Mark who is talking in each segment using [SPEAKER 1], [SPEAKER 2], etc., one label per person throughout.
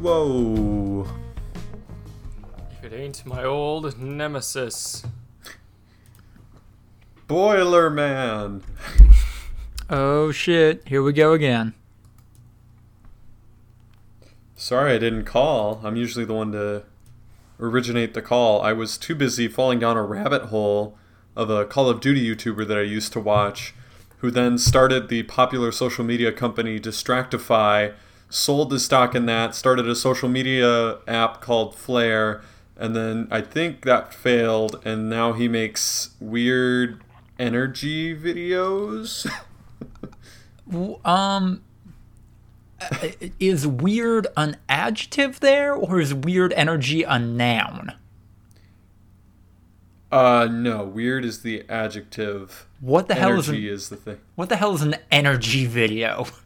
[SPEAKER 1] Whoa.
[SPEAKER 2] If it ain't my old nemesis.
[SPEAKER 1] Boiler Man.
[SPEAKER 3] Oh shit, here we go again.
[SPEAKER 1] Sorry I didn't call. I'm usually the one to originate the call. I was too busy falling down a rabbit hole of a Call of Duty YouTuber that I used to watch, who then started the popular social media company Distractify, sold the stock in that, started a social media app called Flare, and then I think that failed, and now he makes weird energy videos.
[SPEAKER 3] W- Um, uh, is weird an adjective there, or is weird energy a noun?
[SPEAKER 1] Uh, no, weird is the adjective.
[SPEAKER 3] What the hell is
[SPEAKER 1] Energy
[SPEAKER 3] an,
[SPEAKER 1] is the thing.
[SPEAKER 3] what the hell is an energy video?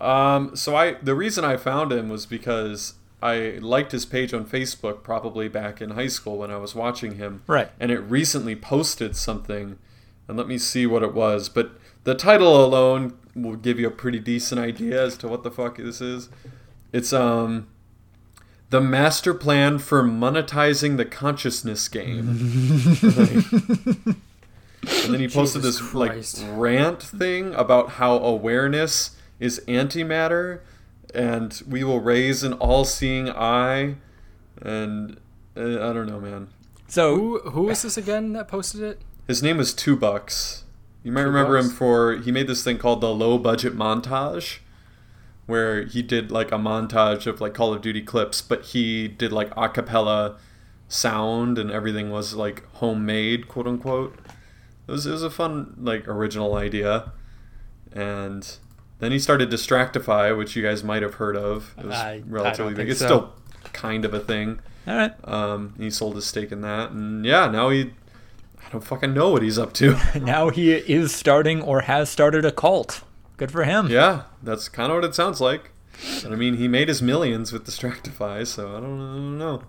[SPEAKER 1] Um, so I the reason I found him was because I liked his page on Facebook probably back in high school when I was watching him.
[SPEAKER 3] Right.
[SPEAKER 1] And it recently posted something, and let me see what it was. But the title alone will give you a pretty decent idea as to what the fuck this is. It's um, the master plan for monetizing the consciousness game. and then he posted this
[SPEAKER 2] Jesus Christ.
[SPEAKER 1] like rant thing about how awareness is antimatter, and we will raise an all-seeing eye. And uh, I don't know, man.
[SPEAKER 3] So
[SPEAKER 2] Who who is this again that posted it?
[SPEAKER 1] His name was Two Bucks. You might remember
[SPEAKER 2] Bucks?
[SPEAKER 1] him for he made this thing called the low budget montage, where he did like a montage of like Call of Duty clips, but he did like a cappella sound and everything was like homemade, quote unquote. It was it was a fun like original idea, and then he started Distractify, which you guys might have heard of. It was
[SPEAKER 3] I- I don't
[SPEAKER 1] relatively big.
[SPEAKER 3] think
[SPEAKER 1] It's
[SPEAKER 3] so.
[SPEAKER 1] still kind of a thing.
[SPEAKER 3] all right,
[SPEAKER 1] Um, he sold his stake in that, and yeah, now he. I don't fucking know what he's up to.
[SPEAKER 3] now he is starting or has started a cult. Good for him.
[SPEAKER 1] yeah, that's kind of what it sounds like. And I mean, he made his millions with Distractify, so I don't, I don't know.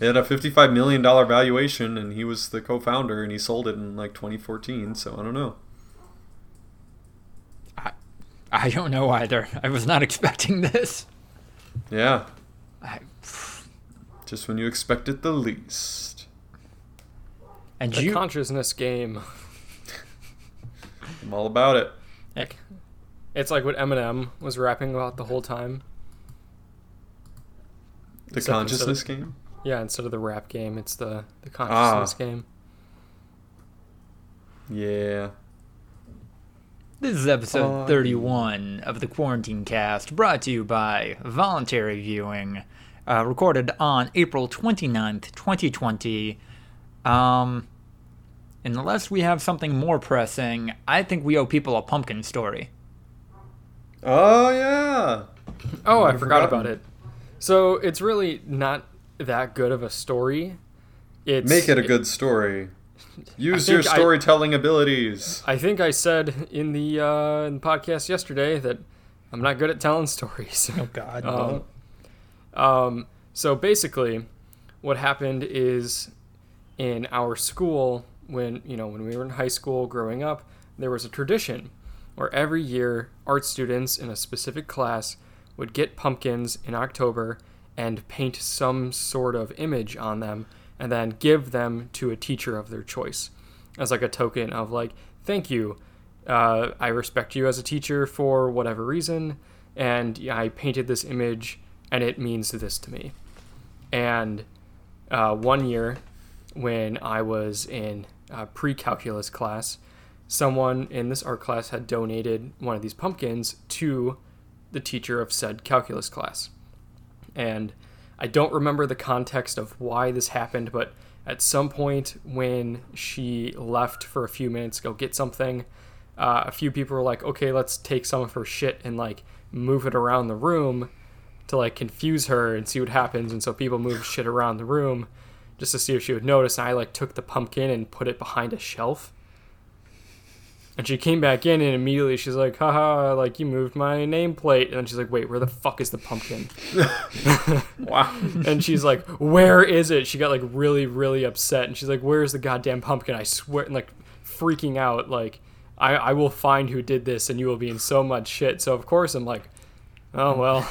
[SPEAKER 1] It had a $55 million valuation, and he was the co founder, and he sold it in like 2014, so I don't know.
[SPEAKER 3] I don't know either. I was not expecting this.
[SPEAKER 1] Yeah,
[SPEAKER 3] I,
[SPEAKER 1] just when you expect it the least.
[SPEAKER 3] and
[SPEAKER 2] The
[SPEAKER 3] you,
[SPEAKER 2] consciousness game.
[SPEAKER 1] I'm all about it.
[SPEAKER 3] Heck,
[SPEAKER 2] It's like what Eminem was rapping about the whole time.
[SPEAKER 1] The
[SPEAKER 2] Except
[SPEAKER 1] consciousness
[SPEAKER 2] instead
[SPEAKER 1] game?
[SPEAKER 2] Yeah, instead of the rap game, it's the the consciousness
[SPEAKER 1] Ah.
[SPEAKER 2] game.
[SPEAKER 1] Yeah.
[SPEAKER 3] This is episode
[SPEAKER 1] Fine.
[SPEAKER 3] 31 of the Quarantine Cast, brought to you by Voluntary Viewing, uh, recorded on April 29th, 2020. Um, unless we have something more pressing, I think we owe people a pumpkin story.
[SPEAKER 1] Oh, yeah.
[SPEAKER 2] Oh, I
[SPEAKER 1] I've
[SPEAKER 2] forgot
[SPEAKER 1] forgotten.
[SPEAKER 2] about it. So it's really not that good of a story. It's
[SPEAKER 1] Make it a good story. Use your
[SPEAKER 2] think I-
[SPEAKER 1] storytelling abilities.
[SPEAKER 2] I think I said in the uh, in the podcast yesterday that I'm not good at telling stories.
[SPEAKER 3] God.
[SPEAKER 2] Um, um, so basically, what happened is in our school, when you know when we were in high school growing up, there was a tradition where every year art students in a specific class would get pumpkins in October and paint some sort of image on them and then give them to a teacher of their choice as like a token of like thank you uh, i respect you as a teacher for whatever reason and i painted this image and it means this to me and uh, one year when i was in uh, pre-calculus class someone in this art class had donated one of these pumpkins to the teacher of said calculus class and I don't remember the context of why this happened, but at some point when she left for a few minutes to go get something, uh, a few people were like, "Okay, let's take some of her shit and like move it around the room to like confuse her and see what happens." And so people moved shit around the room just to see if she would notice. And I like took the pumpkin and put it behind a shelf, And she came back in and immediately she's like, haha, like you moved my nameplate. And then she's like, wait, where the fuck is the pumpkin?
[SPEAKER 1] Wow.
[SPEAKER 2] and she's like, "Where is it?" She got like really, really upset, and she's like, "Where's the goddamn pumpkin?" I swear, and like freaking out, like, "I I will find who did this, and you will be in so much shit." So of course I'm like, "Oh well,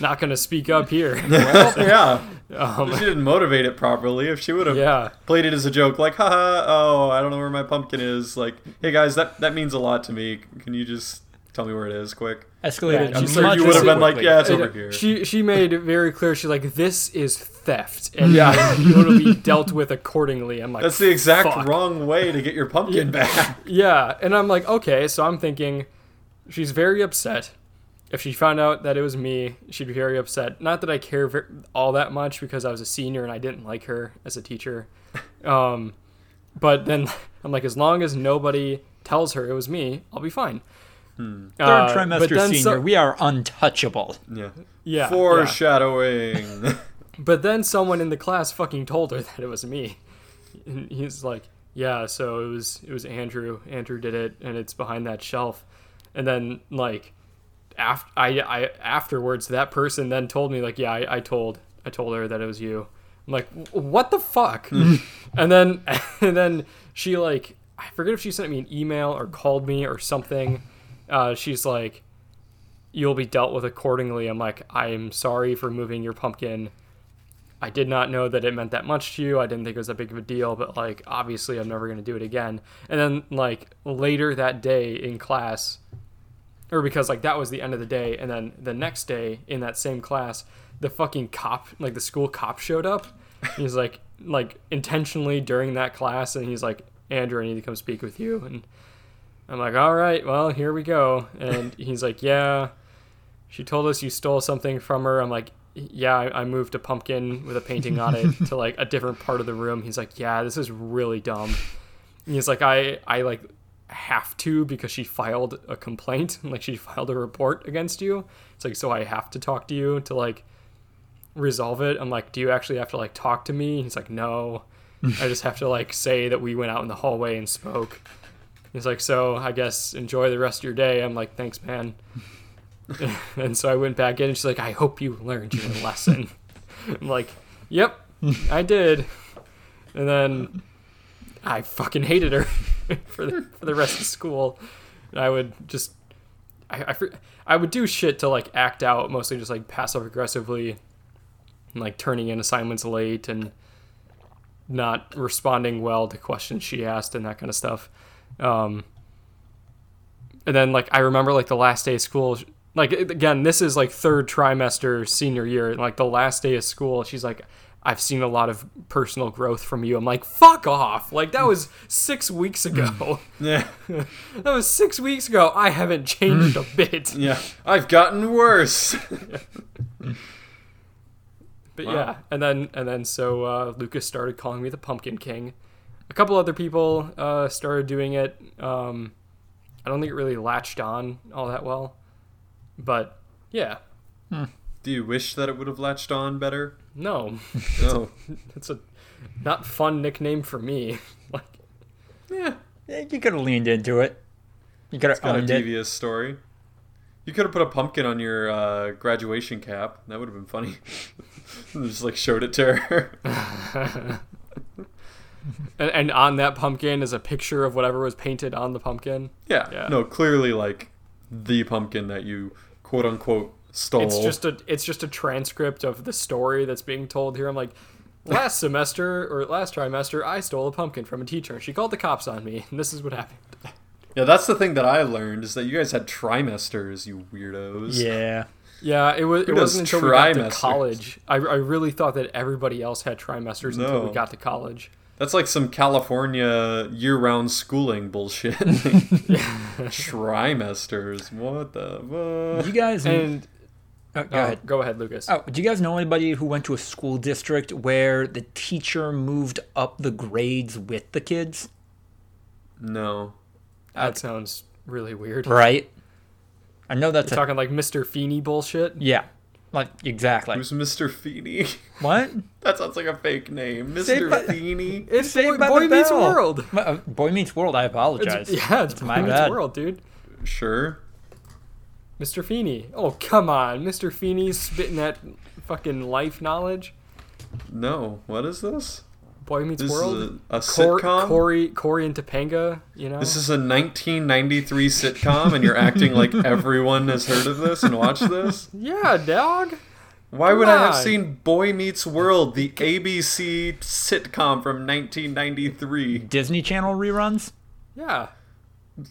[SPEAKER 2] not gonna speak up here."
[SPEAKER 1] Well, yeah.
[SPEAKER 2] Um,
[SPEAKER 1] If she didn't motivate it properly, if she would have
[SPEAKER 2] yeah,
[SPEAKER 1] played it as a joke, like, haha, oh, I don't know where my pumpkin is. Like, hey guys, that, that means a lot to me. Can you just tell me where it is quick?
[SPEAKER 3] Escalated.
[SPEAKER 2] Yeah, I'm
[SPEAKER 3] much
[SPEAKER 2] sure you
[SPEAKER 3] as
[SPEAKER 2] would've
[SPEAKER 1] been like,
[SPEAKER 3] quickly.
[SPEAKER 1] yeah, it's
[SPEAKER 2] And
[SPEAKER 1] over here.
[SPEAKER 2] she she made it very clear. She's like, "This is theft, and yeah. you will be dealt with accordingly." I'm like,
[SPEAKER 1] That's the exact
[SPEAKER 2] Fuck.
[SPEAKER 1] wrong way to get your pumpkin back.
[SPEAKER 2] Yeah, and I'm like, okay, so I'm thinking she's very upset. If she found out that it was me, she'd be very upset. Not that I care ver- all that much because I was a senior and I didn't like her as a teacher. Um, but then I'm like, as long as nobody tells her it was me, I'll be fine.
[SPEAKER 1] Hmm.
[SPEAKER 3] Third
[SPEAKER 2] Uh, but
[SPEAKER 3] trimester
[SPEAKER 2] then
[SPEAKER 3] senior,
[SPEAKER 2] so-
[SPEAKER 3] we are untouchable.
[SPEAKER 1] Yeah.
[SPEAKER 2] yeah, yeah.
[SPEAKER 1] Foreshadowing.
[SPEAKER 2] But then someone in the class fucking told her that it was me. And he's like, "Yeah, so it was it was Andrew. Andrew did it and it's behind that shelf." And then like after I, I afterwards that person then told me like, "Yeah, I, I told I told her that it was you." I'm like, "Wh- "What the fuck?" and then and then she like I forget if she sent me an email or called me or something. Uh, she's like, "You'll be dealt with accordingly." I'm like, "I'm sorry for moving your pumpkin." I did not know that it meant that much to you. I didn't think it was that big of a deal, but like obviously I'm never going to do it again. And then like later that day in class or because like that was the end of the day and then the next day in that same class the fucking cop like the school cop showed up. He's like like intentionally during that class and he's like Andrew I need to come speak with you and I'm like all right, well, here we go. And he's like, "Yeah, she told us you stole something from her. I'm like, yeah, I, I moved a pumpkin with a painting on it to like a different part of the room. He's like, yeah, this is really dumb. And he's like, I, I like have to because she filed a complaint, like she filed a report against you. It's like, so I have to talk to you to like resolve it. I'm like, do you actually have to like talk to me? He's like, no, I just have to like say that we went out in the hallway and spoke. He's like, so I guess enjoy the rest of your day. I'm like, thanks, man. And so I went back in, and she's like, "I hope you learned your lesson." I'm like, "Yep, I did." And then I fucking hated her for the, for the rest of school. And I would just, I, I, fr- I would do shit to like act out, mostly just like passive aggressively, and like turning in assignments late and not responding well to questions she asked and that kind of stuff. Um, and then like I remember like the last day of school like again this is like third trimester senior year and like the last day of school she's like I've seen a lot of personal growth from you. I'm like fuck off. Like that was 6 weeks ago.
[SPEAKER 1] yeah.
[SPEAKER 2] that was 6 weeks ago. I haven't changed a bit.
[SPEAKER 1] Yeah. I've gotten worse.
[SPEAKER 2] But
[SPEAKER 1] Wow.
[SPEAKER 2] yeah, and then and then so uh, Lucas started calling me the Pumpkin King. A couple other people uh, started doing it. Um, I don't think it really latched on all that well, but yeah,
[SPEAKER 1] Do you wish that it would have latched on better?
[SPEAKER 2] no,
[SPEAKER 1] No.
[SPEAKER 2] it's a not fun nickname for me. like,
[SPEAKER 1] Yeah.
[SPEAKER 3] Eh, You could have leaned into it. You could have
[SPEAKER 1] Got a
[SPEAKER 3] owned it.
[SPEAKER 1] devious story. You could have put a pumpkin on your uh, graduation cap. That would have been funny. And Just like showed it to her.
[SPEAKER 2] and, and on that pumpkin is a picture of whatever was painted on the pumpkin.
[SPEAKER 1] yeah.
[SPEAKER 2] Yeah.
[SPEAKER 1] No, clearly like the pumpkin that you quote unquote stole.
[SPEAKER 2] It's just a it's just a transcript of the story that's being told here. I'm like, last semester or last trimester, I stole a pumpkin from a teacher, and she called the cops on me, and this is what happened.
[SPEAKER 1] yeah, that's the thing that I learned is that you guys had trimesters, you weirdos.
[SPEAKER 3] Yeah.
[SPEAKER 2] Yeah, it was. It
[SPEAKER 1] does
[SPEAKER 2] wasn't until we got to
[SPEAKER 1] trimesters?
[SPEAKER 2] college. I, I really thought that everybody else had trimesters until
[SPEAKER 1] No.
[SPEAKER 2] we got to college.
[SPEAKER 1] That's like some California year-round schooling bullshit. Trimesters. What the
[SPEAKER 3] Do you
[SPEAKER 1] what?
[SPEAKER 3] guys.
[SPEAKER 2] And
[SPEAKER 3] oh, go
[SPEAKER 2] oh,
[SPEAKER 3] ahead.
[SPEAKER 2] go ahead, Lucas.
[SPEAKER 3] Oh, do you guys know anybody who went to a school district where the teacher moved up the grades with the kids?
[SPEAKER 1] No.
[SPEAKER 2] that sounds really weird.
[SPEAKER 3] Right. I know that's a,
[SPEAKER 2] Talking like Mr. Feeney bullshit.
[SPEAKER 3] yeah. Like exactly.
[SPEAKER 1] Who's Mr. Feeney?
[SPEAKER 3] what?
[SPEAKER 1] that sounds like a fake name.
[SPEAKER 3] Say
[SPEAKER 1] Mr.
[SPEAKER 3] bu-
[SPEAKER 1] Feeney?
[SPEAKER 2] It's
[SPEAKER 3] Saved
[SPEAKER 2] Boy,
[SPEAKER 3] by
[SPEAKER 2] Boy
[SPEAKER 3] the
[SPEAKER 2] Meets
[SPEAKER 3] Bell.
[SPEAKER 2] World.
[SPEAKER 3] My- uh, Boy Meets World. I apologize.
[SPEAKER 2] It's, yeah, it's
[SPEAKER 3] That's my
[SPEAKER 2] Boy Meets
[SPEAKER 3] bad.
[SPEAKER 2] World, dude.
[SPEAKER 1] Sure.
[SPEAKER 2] Mr. Feeney. Oh, come on. Mr. Feeney spitting that fucking life knowledge.
[SPEAKER 1] No. What is this?
[SPEAKER 2] Boy Meets
[SPEAKER 1] This is
[SPEAKER 2] World.
[SPEAKER 1] a, a
[SPEAKER 2] Cor-
[SPEAKER 1] sitcom?
[SPEAKER 2] Corey, Corey and Topanga, you know?
[SPEAKER 1] This is a 1993 sitcom, and you're acting like everyone has heard of this and watched this?
[SPEAKER 2] yeah, dog.
[SPEAKER 1] Why would I have
[SPEAKER 2] on.
[SPEAKER 1] seen Boy Meets World, the ABC sitcom from 1993?
[SPEAKER 3] Disney Channel reruns.
[SPEAKER 2] Yeah.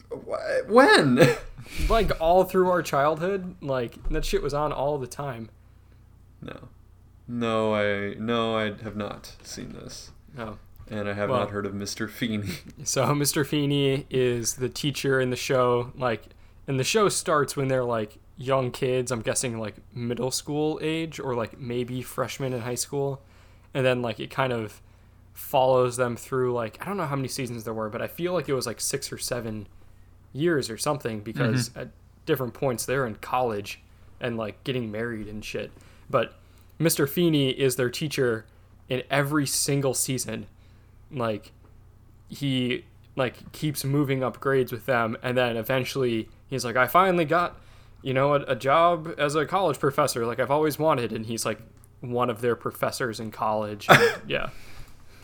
[SPEAKER 1] Wh- When?
[SPEAKER 2] Like, all through our childhood, like, that shit was on all the time.
[SPEAKER 1] No. No, I no, I have not seen this.
[SPEAKER 2] Oh.
[SPEAKER 1] And I have
[SPEAKER 2] Well-
[SPEAKER 1] not heard of Mr. Feeney.
[SPEAKER 2] So Mr. Feeney is the teacher in the show, like, and the show starts when they're like young kids. I'm guessing like middle school age or like maybe freshmen in high school, and then like it kind of follows them through like I don't know how many seasons there were, but I feel like it was like six or seven years or something because at different points they're in college and like getting married and shit. But Mr. Feeney is their teacher in every single season, like he like keeps moving up grades with them and then eventually he's like i finally got you know a, a job as a college professor like i've always wanted and he's like one of their professors in college And, yeah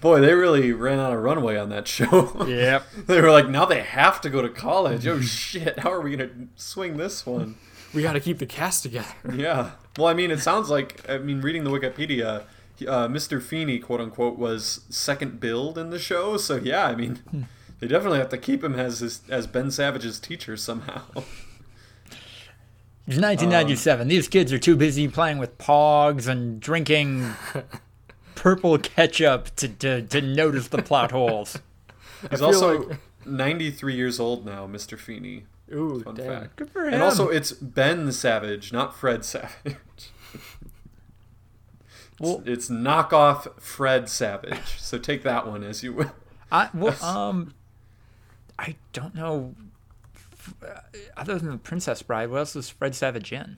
[SPEAKER 1] Boy, they really ran out of runway on that show.
[SPEAKER 3] Yep.
[SPEAKER 1] they were like, now they have to go to college. Oh shit, how are we gonna swing this one?
[SPEAKER 2] we got to keep the cast together
[SPEAKER 1] Yeah. Well, I mean, it sounds like I mean, reading the Wikipedia, he- uh, Mr. Feeney, quote unquote, was second build in the show. So yeah, I
[SPEAKER 2] Hmm.
[SPEAKER 1] mean, they definitely have to keep him as his, as Ben Savage's teacher somehow.
[SPEAKER 3] It's 1997. These kids are too busy playing with pogs and drinking purple ketchup to, to, to notice the plot holes.
[SPEAKER 1] He's
[SPEAKER 2] feel
[SPEAKER 1] also
[SPEAKER 2] like-
[SPEAKER 1] 93 years old now, Mr. Feeney.
[SPEAKER 2] ooh
[SPEAKER 1] Fun
[SPEAKER 2] dang.
[SPEAKER 1] fact.
[SPEAKER 3] Good for him.
[SPEAKER 1] And also, it's Ben Savage, not Fred Savage.
[SPEAKER 3] Well-
[SPEAKER 1] it's, it's knockoff Fred Savage. So take that one as you will.
[SPEAKER 3] I well, um, I don't know. uh, Other than the Princess Bride, what else was Fred Savage in?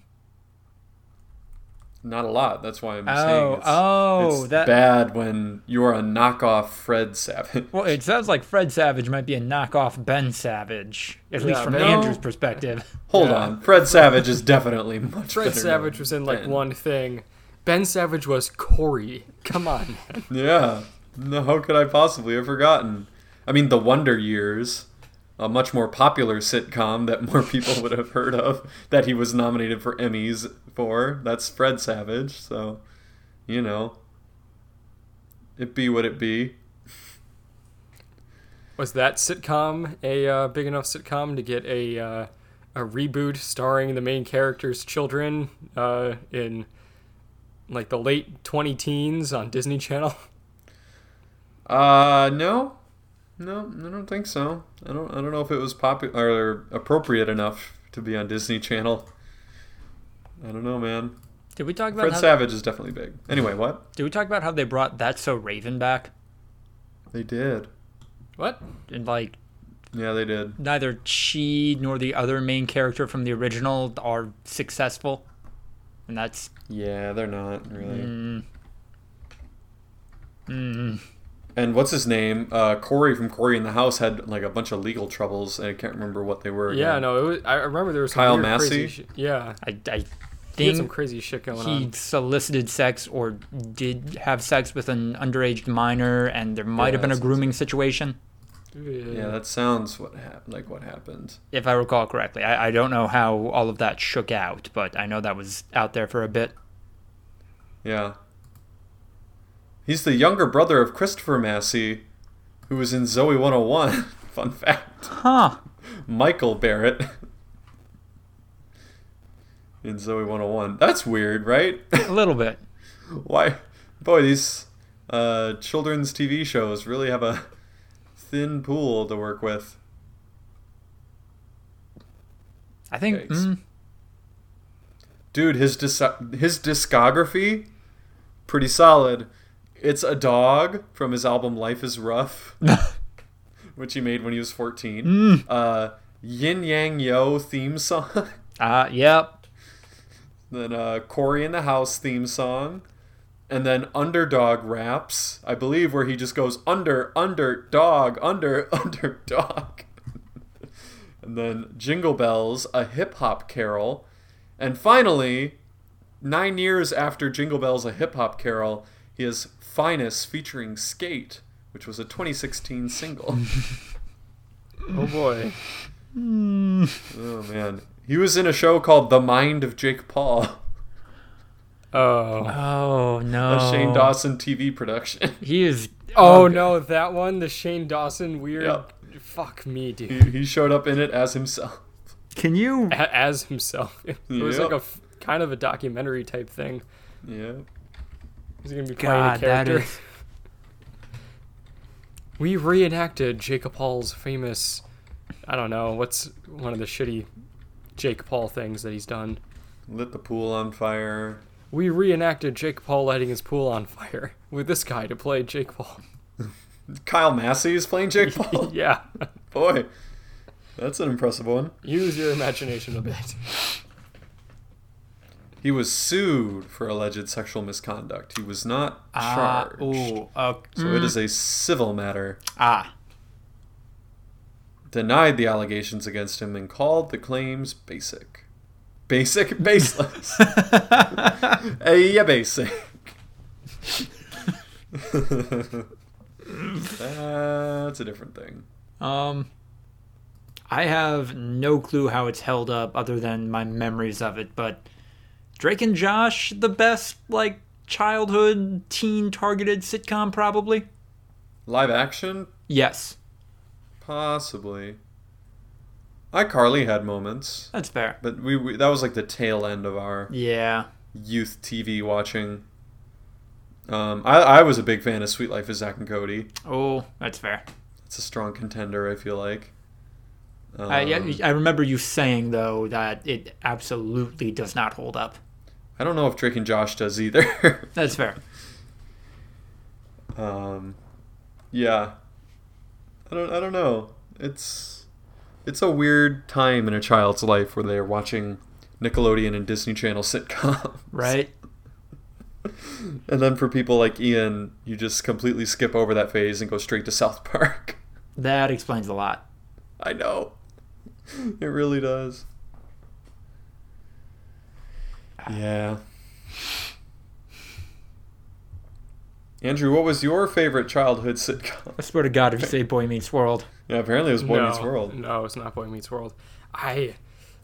[SPEAKER 1] Not a lot. That's why I'm saying
[SPEAKER 3] Oh,
[SPEAKER 1] it's,
[SPEAKER 3] oh,
[SPEAKER 1] it's
[SPEAKER 3] that.
[SPEAKER 1] bad when you're a knockoff Fred Savage.
[SPEAKER 3] Well, it sounds like Fred Savage might be a knockoff Ben Savage, at least
[SPEAKER 2] Yeah,
[SPEAKER 3] from
[SPEAKER 2] no.
[SPEAKER 3] Andrew's perspective.
[SPEAKER 1] Hold
[SPEAKER 2] Yeah.
[SPEAKER 1] on, Fred Savage is definitely much.
[SPEAKER 2] fred
[SPEAKER 1] better
[SPEAKER 2] savage
[SPEAKER 1] known
[SPEAKER 2] was in like
[SPEAKER 1] than-
[SPEAKER 2] one thing ben savage was corey come on man.
[SPEAKER 1] Yeah. No, how could I possibly have forgotten? I mean, The Wonder Years, a much more popular sitcom that more people would have heard of, that he was nominated for Emmys for. That's Fred Savage, so you know, it be what it be.
[SPEAKER 2] was that sitcom a uh, big enough sitcom to get a uh, a reboot starring the main character's children uh, in like the late 20 teens on Disney Channel?
[SPEAKER 1] Uh, no, no, I don't think so. I don't. I don't know if it was popular or appropriate enough to be on Disney Channel. I don't know, man.
[SPEAKER 3] Did we talk about
[SPEAKER 1] Fred
[SPEAKER 3] how,
[SPEAKER 1] Savage is definitely big. Anyway, what
[SPEAKER 3] Did we talk about how they brought That So Raven back?
[SPEAKER 1] they did?
[SPEAKER 2] What?
[SPEAKER 3] And like
[SPEAKER 1] Yeah, they did.
[SPEAKER 3] neither she nor the other main character from the original are successful, and that's
[SPEAKER 1] Yeah, they're not really.
[SPEAKER 3] mm, mm,
[SPEAKER 1] And what's his name? Uh, Corey from Corey in the House had like a bunch of legal troubles, and I can't remember what they were.
[SPEAKER 2] Yeah,
[SPEAKER 1] again.
[SPEAKER 2] no, it was, I remember there was some
[SPEAKER 1] Kyle
[SPEAKER 2] weird,
[SPEAKER 1] Massey?
[SPEAKER 2] crazy shi- yeah,
[SPEAKER 3] I, I
[SPEAKER 2] he had some
[SPEAKER 3] think
[SPEAKER 2] crazy shit going
[SPEAKER 3] he
[SPEAKER 2] on.
[SPEAKER 3] solicited sex or did have sex with an underage minor, and there might
[SPEAKER 1] Yeah,
[SPEAKER 3] have been a
[SPEAKER 1] that's-
[SPEAKER 3] grooming situation,
[SPEAKER 1] Yeah, that sounds what hap- like what happened.
[SPEAKER 3] if I recall correctly. I, I don't know how all of that shook out, but I know that was out there for a bit.
[SPEAKER 1] Yeah. He's the younger brother of Christopher Massey, who was in Zoe 101. Fun fact.
[SPEAKER 3] Huh.
[SPEAKER 1] Michael Barrett in Zoe 101. That's weird, right?
[SPEAKER 3] A little bit.
[SPEAKER 1] Why? Boy, these uh, children's TV shows really have a thin pool to work with.
[SPEAKER 3] I think.
[SPEAKER 1] Yikes.
[SPEAKER 3] Mm,
[SPEAKER 1] Dude, his dis- his discography pretty solid. It's a dog from his album Life is Rough, which he made when he was 14. Uh, Yin Yang Yo theme song.
[SPEAKER 3] uh, yep.
[SPEAKER 1] then uh, Corey in the House theme song, and then Underdog raps, I believe, where he just goes under, under, dog, under, under, dog. and then Jingle Bells, a hip hop carol. And finally, nine years after Jingle Bells, a hip hop carol, he has Finest featuring Skate, which was a 2016 single.
[SPEAKER 2] Oh boy.
[SPEAKER 1] oh, man. He was in a show called The Mind of Jake Paul,
[SPEAKER 2] Oh.
[SPEAKER 3] Oh no.
[SPEAKER 1] a Shane Dawson TV production.
[SPEAKER 3] He is.
[SPEAKER 2] Oh no, that one, the Shane Dawson weird.
[SPEAKER 1] Yep.
[SPEAKER 2] Fuck me, dude.
[SPEAKER 1] he, he showed up in it as himself.
[SPEAKER 3] Can you?
[SPEAKER 2] A- As himself, it was
[SPEAKER 1] Yep.
[SPEAKER 2] like a f- kind of a documentary type thing.
[SPEAKER 1] Yeah.
[SPEAKER 2] He's gonna be playing a
[SPEAKER 3] God, that
[SPEAKER 2] character.
[SPEAKER 3] is.
[SPEAKER 2] We reenacted Jacob Paul's famous. I don't know what's one of the shitty Jake Paul things that he's done.
[SPEAKER 1] Lit the pool on fire.
[SPEAKER 2] We reenacted Jake Paul lighting his pool on fire with this guy to play Jake Paul.
[SPEAKER 1] Kyle Massey is playing Jake Paul.
[SPEAKER 2] yeah,
[SPEAKER 1] Boy, that's an impressive one.
[SPEAKER 2] use your imagination a bit.
[SPEAKER 1] He was sued for alleged sexual misconduct. He was not
[SPEAKER 3] Ah,
[SPEAKER 1] charged.
[SPEAKER 3] ooh, okay.
[SPEAKER 1] So it is a civil matter.
[SPEAKER 3] ah,
[SPEAKER 1] Denied the allegations against him and called the claims basic. Basic? Baseless.
[SPEAKER 3] ah.
[SPEAKER 1] hey, yeah, basic. That's a different thing.
[SPEAKER 3] um, I have no clue how it's held up other than my memories of it. But Drake and Josh, the best like childhood teen targeted sitcom probably.
[SPEAKER 1] Live action?
[SPEAKER 3] Yes,
[SPEAKER 1] Possibly. iCarly had moments,
[SPEAKER 3] that's fair.
[SPEAKER 1] but we, we that was like the tail end of our
[SPEAKER 3] Yeah.
[SPEAKER 1] youth TV watching. Um, I, I was a big fan of Sweet Life of Zach and Cody.
[SPEAKER 3] Oh, that's fair.
[SPEAKER 1] It's a strong contender, I feel like. Um,
[SPEAKER 3] I, Uh, yeah, I remember you saying though that it absolutely does not hold up.
[SPEAKER 1] I don't know if Drake and Josh does either.
[SPEAKER 3] That's fair.
[SPEAKER 1] um, yeah, I don't. I don't know. It's it's a weird time in a child's life where they are watching Nickelodeon and Disney Channel sitcoms.
[SPEAKER 3] Right?
[SPEAKER 1] And then for people like Ian, you just completely skip over that phase and go straight to South Park.
[SPEAKER 3] That explains a lot.
[SPEAKER 1] I know. It really does. Yeah. Andrew, what was your favorite childhood sitcom?
[SPEAKER 3] I swear to God, if you say Boy Meets World,
[SPEAKER 1] Yeah, apparently it was Boy
[SPEAKER 2] no,
[SPEAKER 1] Meets World.
[SPEAKER 2] No, it's not Boy Meets World. I,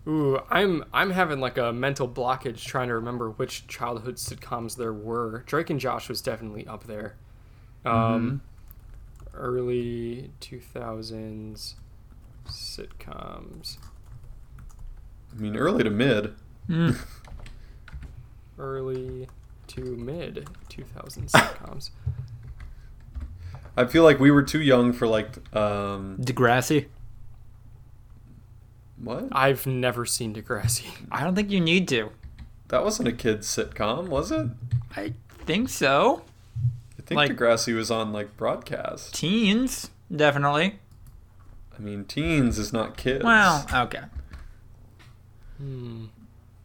[SPEAKER 2] ooh, I'm I'm having like a mental blockage trying to remember which childhood sitcoms there were. Drake and Josh was definitely up there. Um,
[SPEAKER 1] Mm-hmm.
[SPEAKER 2] early two thousands sitcoms.
[SPEAKER 1] I mean, early to mid.
[SPEAKER 2] Early to mid two thousands sitcoms.
[SPEAKER 1] I feel like we were too young for like um
[SPEAKER 3] Degrassi.
[SPEAKER 1] what?
[SPEAKER 2] I've never seen Degrassi.
[SPEAKER 3] I don't think you need to.
[SPEAKER 1] That wasn't a kids sitcom, was it?
[SPEAKER 3] I think so.
[SPEAKER 1] I think
[SPEAKER 3] Like-
[SPEAKER 1] Degrassi was on like broadcast.
[SPEAKER 3] Teens, definitely.
[SPEAKER 1] I mean, teens is not kids.
[SPEAKER 3] Well, okay.
[SPEAKER 2] Hmm.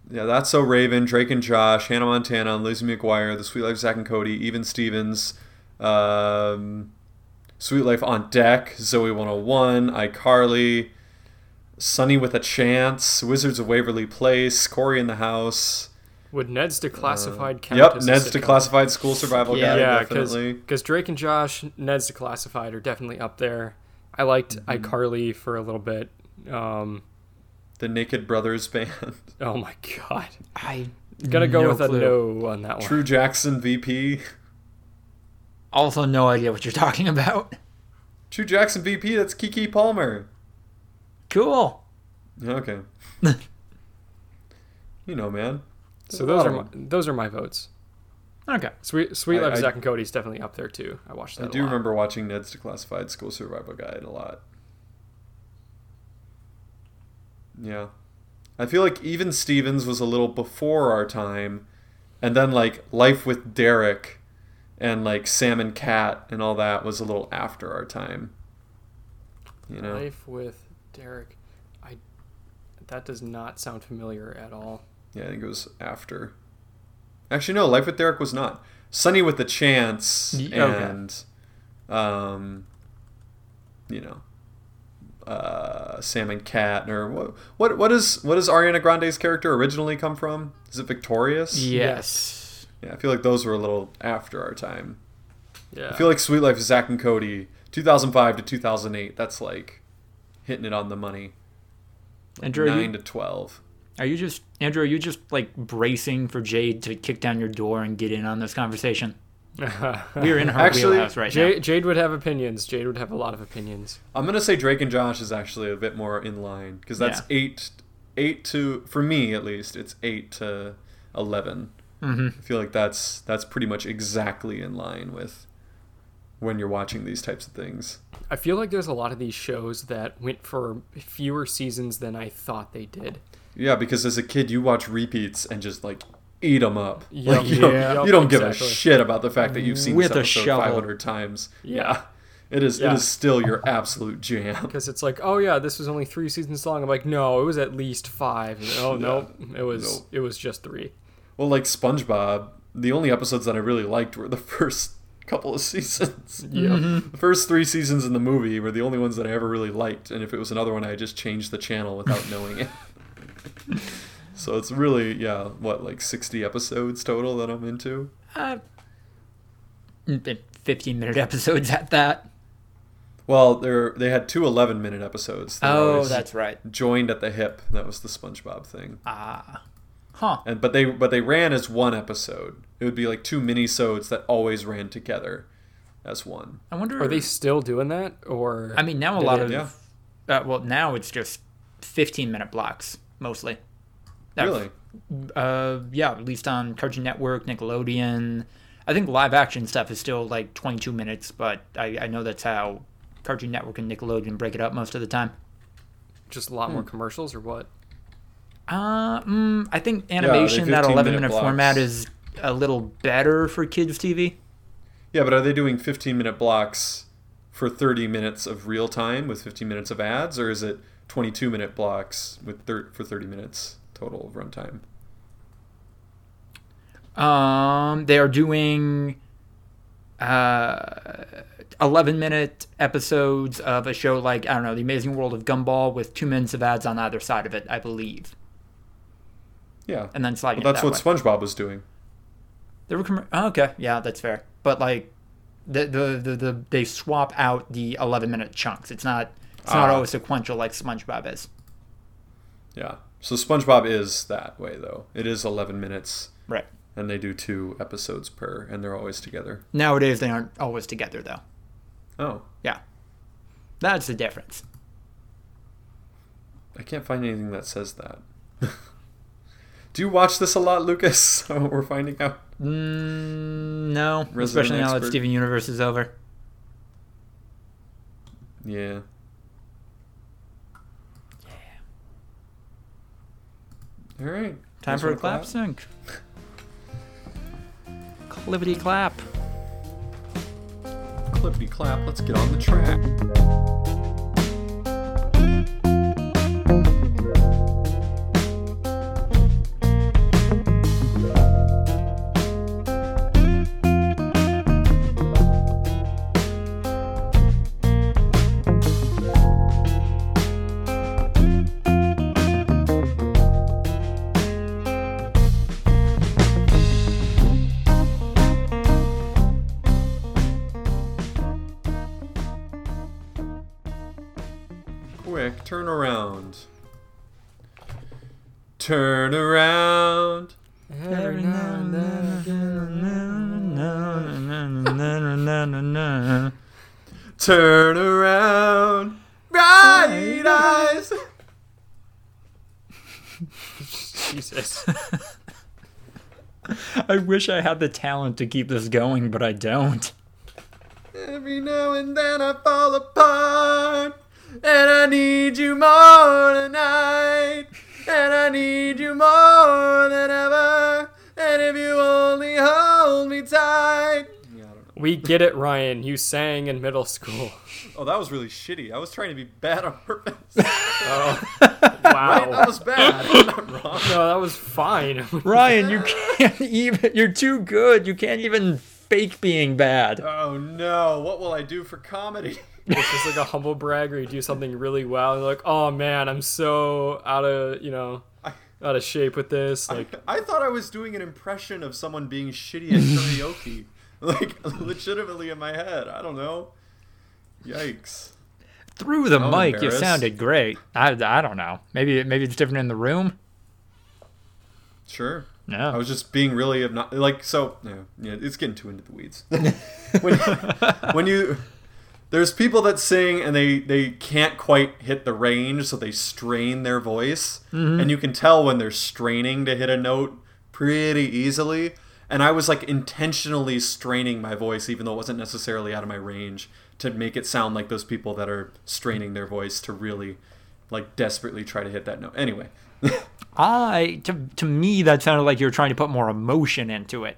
[SPEAKER 1] Yeah, that's so Raven, Drake and Josh, Hannah Montana, Lizzie McGuire, The Sweet Life of Zach and Cody, Even Stevens, um, Sweet Life on Deck, Zoe 101, iCarly, Sunny with a Chance, Wizards of Waverly Place, Corey in the House.
[SPEAKER 2] Would Ned's Declassified count
[SPEAKER 1] Uh, Yep,
[SPEAKER 2] as a
[SPEAKER 1] Ned's
[SPEAKER 2] sitcom?
[SPEAKER 1] Declassified School Survival
[SPEAKER 3] Yeah.
[SPEAKER 1] Guide,
[SPEAKER 2] yeah,
[SPEAKER 1] definitely.
[SPEAKER 2] because Drake and Josh, Ned's Declassified are definitely up there. I liked
[SPEAKER 1] Mm-hmm.
[SPEAKER 2] iCarly for a little bit. Um,
[SPEAKER 1] The Naked Brothers Band,
[SPEAKER 2] oh my god,
[SPEAKER 3] I
[SPEAKER 2] gonna go
[SPEAKER 3] no
[SPEAKER 2] with
[SPEAKER 3] clue.
[SPEAKER 2] a no on that one.
[SPEAKER 1] True Jackson VP.
[SPEAKER 3] Also, no idea what you're talking about.
[SPEAKER 1] True Jackson VP, that's Kiki Palmer.
[SPEAKER 3] Cool.
[SPEAKER 1] Okay. you know, man.
[SPEAKER 2] So those are
[SPEAKER 1] Wow.
[SPEAKER 2] my, those are my votes.
[SPEAKER 3] Okay.
[SPEAKER 2] Sweet Sweet
[SPEAKER 1] Oh. I-
[SPEAKER 2] Love
[SPEAKER 1] I-
[SPEAKER 2] Zach and Cody's definitely up there too. I watched that.
[SPEAKER 1] I
[SPEAKER 2] a
[SPEAKER 1] do
[SPEAKER 2] lot.
[SPEAKER 1] remember watching Ned's Declassified School Survival Guide a lot. Yeah. I feel like even Stevens was a little before our time. And then, like, Life with Derek and, like, Sam and Cat and all that was a little after our time. You know?
[SPEAKER 2] Life with Derek. I that does not sound familiar at all.
[SPEAKER 1] Yeah, I think it was after. Actually, no, Life with Derek was not. Sunny with a Chance
[SPEAKER 3] Y- okay.
[SPEAKER 1] and, um, you know, uh, Sam and Cat or what? What? What is? What does Ariana Grande's character originally come from? Is it Victorious?
[SPEAKER 3] Yes.
[SPEAKER 1] Yeah, I feel like those were a little after our time.
[SPEAKER 2] Yeah.
[SPEAKER 3] Uh.
[SPEAKER 1] I feel like Sweet Life of Zach and Cody, 2005 to 2008. That's like hitting it on the money. Like
[SPEAKER 3] Andrew, you-
[SPEAKER 1] nine to twelve.
[SPEAKER 3] Are you just Andrew? Are you just like bracing for Jade to kick down your door and get in on this conversation? We're in her
[SPEAKER 1] Actually,
[SPEAKER 3] wheelhouse right now.
[SPEAKER 2] Jade, Jade would have opinions. Jade would have a lot of opinions.
[SPEAKER 1] I'm gonna say Drake and Josh is actually a bit more in line because that's
[SPEAKER 3] Yeah.
[SPEAKER 1] eight, eight to for me at least it's eight to eleven.
[SPEAKER 3] Mhm.
[SPEAKER 1] I feel like that's that's pretty much exactly in line with when you're watching these types of things.
[SPEAKER 2] I feel like there's a lot of these shows that went for fewer seasons than I thought they did.
[SPEAKER 1] Yeah, because as a kid you watch repeats and just like eat them up.
[SPEAKER 2] Yep.
[SPEAKER 1] like you don't,
[SPEAKER 3] Yeah.
[SPEAKER 1] you don't give a
[SPEAKER 2] Exactly.
[SPEAKER 1] shit about the fact that you've seen
[SPEAKER 3] With
[SPEAKER 1] this
[SPEAKER 3] a
[SPEAKER 1] episode
[SPEAKER 3] shovel.
[SPEAKER 1] 500 times.
[SPEAKER 2] Yeah.
[SPEAKER 1] It is
[SPEAKER 2] Yeah.
[SPEAKER 1] it is still your absolute jam.
[SPEAKER 2] Because it's like, oh yeah, this was only three seasons long. I'm like, no, it was at least five. And, oh no, it was
[SPEAKER 1] Nope.
[SPEAKER 2] it was just three.
[SPEAKER 1] Well, like SpongeBob, the only episodes that I really liked were the first couple of seasons.
[SPEAKER 2] Yeah.
[SPEAKER 3] Mm-hmm.
[SPEAKER 1] The first three seasons in the movie were the only ones that I ever really liked, and if it was another one, I just changed the channel without knowing it. so it's really, yeah, what, like 60 episodes total that I'm into?
[SPEAKER 3] Uh, fifteen minute episodes at that.
[SPEAKER 1] Well, they're, they had two 11 minute episodes. that
[SPEAKER 3] Oh,
[SPEAKER 1] always
[SPEAKER 3] right.
[SPEAKER 1] Joined at the hip. That was the SpongeBob thing.
[SPEAKER 3] Ah, huh.
[SPEAKER 1] and but they but they ran as one episode. It would be like two minisodes that always ran together as one.
[SPEAKER 3] I wonder.
[SPEAKER 2] Are they still doing that? Or
[SPEAKER 3] I mean, now a
[SPEAKER 2] Did
[SPEAKER 3] lot
[SPEAKER 2] it-
[SPEAKER 3] of.
[SPEAKER 1] Yeah.
[SPEAKER 3] Uh, well, now it's just fifteen minute blocks mostly. That-
[SPEAKER 1] Really?
[SPEAKER 3] Uh, yeah, at least on Cartoon Network, Nickelodeon. I think live action stuff is still like twenty two minutes, but I, I know that's how Cartoon Network and Nickelodeon break it up most of the time.
[SPEAKER 2] just a lot more commercials or what?
[SPEAKER 3] Uh, mm, I think animation that
[SPEAKER 1] 15
[SPEAKER 3] eleven
[SPEAKER 1] minute
[SPEAKER 3] minute
[SPEAKER 1] blocks.
[SPEAKER 3] format is a little better for kids TV.
[SPEAKER 1] Yeah, but are they doing 15 minute blocks for 30 minutes of real time with 15 minutes of ads, or is it 22 minute blocks with thir- for 30 minutes total of runtime?
[SPEAKER 3] Um, they are doing uh, 11 minute episodes of a show like, I don't know, The Amazing World of Gumball with two minutes of ads on either side of it, I believe.
[SPEAKER 1] Yeah,
[SPEAKER 3] And then sliding
[SPEAKER 1] well, that's
[SPEAKER 3] it that
[SPEAKER 1] what
[SPEAKER 3] way.
[SPEAKER 1] SpongeBob was doing.
[SPEAKER 3] They were commer oh, okay, yeah, that's fair. But like, the, the, the, the, they swap out the 11 minute chunks. It's not, it's not
[SPEAKER 1] Ah.
[SPEAKER 3] always sequential like SpongeBob is.
[SPEAKER 1] Yeah, so SpongeBob is that way though. It is 11 minutes,
[SPEAKER 3] Right.
[SPEAKER 1] and they do two episodes per, and they're always together.
[SPEAKER 3] Nowadays, they aren't always together, though.
[SPEAKER 1] Oh,
[SPEAKER 3] Yeah. That's the difference.
[SPEAKER 1] I can't find anything that says that. Do you watch this a lot, Lucas? what we're finding out.
[SPEAKER 3] Mm, no,
[SPEAKER 1] Resident
[SPEAKER 3] especially now that
[SPEAKER 1] expert.
[SPEAKER 3] Steven Universe is over.
[SPEAKER 1] Yeah. All right.
[SPEAKER 3] Time
[SPEAKER 1] Guys
[SPEAKER 3] for a
[SPEAKER 1] wanna
[SPEAKER 3] clap, sync. Clippity clap.
[SPEAKER 1] Clippy clap. Let's get on the track. Quick, turn around. Turn around.
[SPEAKER 2] Every now and then I get-
[SPEAKER 3] That's
[SPEAKER 1] Turn around. Bright eyes.
[SPEAKER 2] Jesus.
[SPEAKER 3] I wish I had the talent to keep this going, but I don't.
[SPEAKER 1] Every now and then I fall apart, and I need you more tonight, and I need you more than ever, and if you only hold me tight. Yeah, I don't know.
[SPEAKER 2] We get it, Ryan. You sang in middle school.
[SPEAKER 1] Oh, that was really shitty. I was trying to be bad on purpose.
[SPEAKER 2] Wow.
[SPEAKER 1] that was bad. I'm not wrong.
[SPEAKER 2] No, that was fine.
[SPEAKER 3] Ryan, you can't even. You're too good. You can't even fake being bad.
[SPEAKER 1] Oh no! What will I do for comedy?
[SPEAKER 2] It's just like a humble brag, or you do something really well, and you're like, oh man, I'm so out of you know, out of shape with this. Like,
[SPEAKER 1] I thought I was doing an impression of someone being shitty at karaoke, like legitimately in my head. I don't know. Yikes!
[SPEAKER 3] Through the
[SPEAKER 1] I'm
[SPEAKER 3] mic, you
[SPEAKER 1] embarrassed.
[SPEAKER 3] sounded great. I, I don't know. Maybe maybe it's different in the room.
[SPEAKER 1] Sure.
[SPEAKER 3] No.
[SPEAKER 1] I was just being really obnoxious. Like, so, yeah, yeah, it's getting too into the weeds. when, when you, there's people that sing and they, they can't quite hit the range, so they strain their voice. And you can tell when they're straining to hit a note pretty easily. And I was like intentionally straining my voice, even though it wasn't necessarily out of my range, to make it sound like those people that are straining their voice to really, like, desperately try to hit that note. Anyway.
[SPEAKER 3] I to to me that sounded like you were trying to put more emotion into it.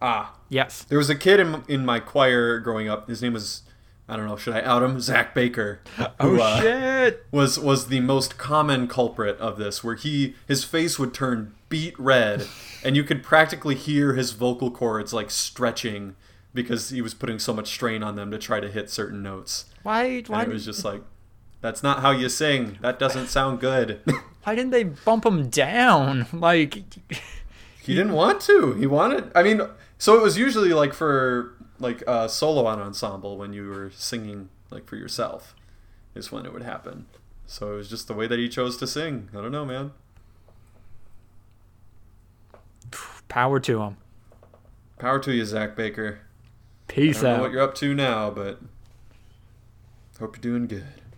[SPEAKER 1] ah.
[SPEAKER 3] Yes.
[SPEAKER 1] There was a kid in, in my choir growing up. His name was, I don't know, should I out him? Zach Baker. Who, uh,
[SPEAKER 3] Oh, shit.
[SPEAKER 1] was was the most common culprit of this, where he his face would turn beet red, and you could practically hear his vocal cords like stretching because he was putting so much strain on them to try to hit certain notes.
[SPEAKER 3] Why why
[SPEAKER 1] And it was just like, that's not how you sing. That doesn't sound good.
[SPEAKER 3] why didn't they bump him down? Like
[SPEAKER 1] He didn't want to. He wanted. I mean, so it was usually like for like uh, solo on ensemble when you were singing like for yourself, is when it would happen. So it was just the way that he chose to sing. I don't know, man.
[SPEAKER 3] power to him.
[SPEAKER 1] Power to you, Zach Baker. I
[SPEAKER 3] Peace
[SPEAKER 1] don't know what
[SPEAKER 3] out.
[SPEAKER 1] you're up to now, but hope you're doing good.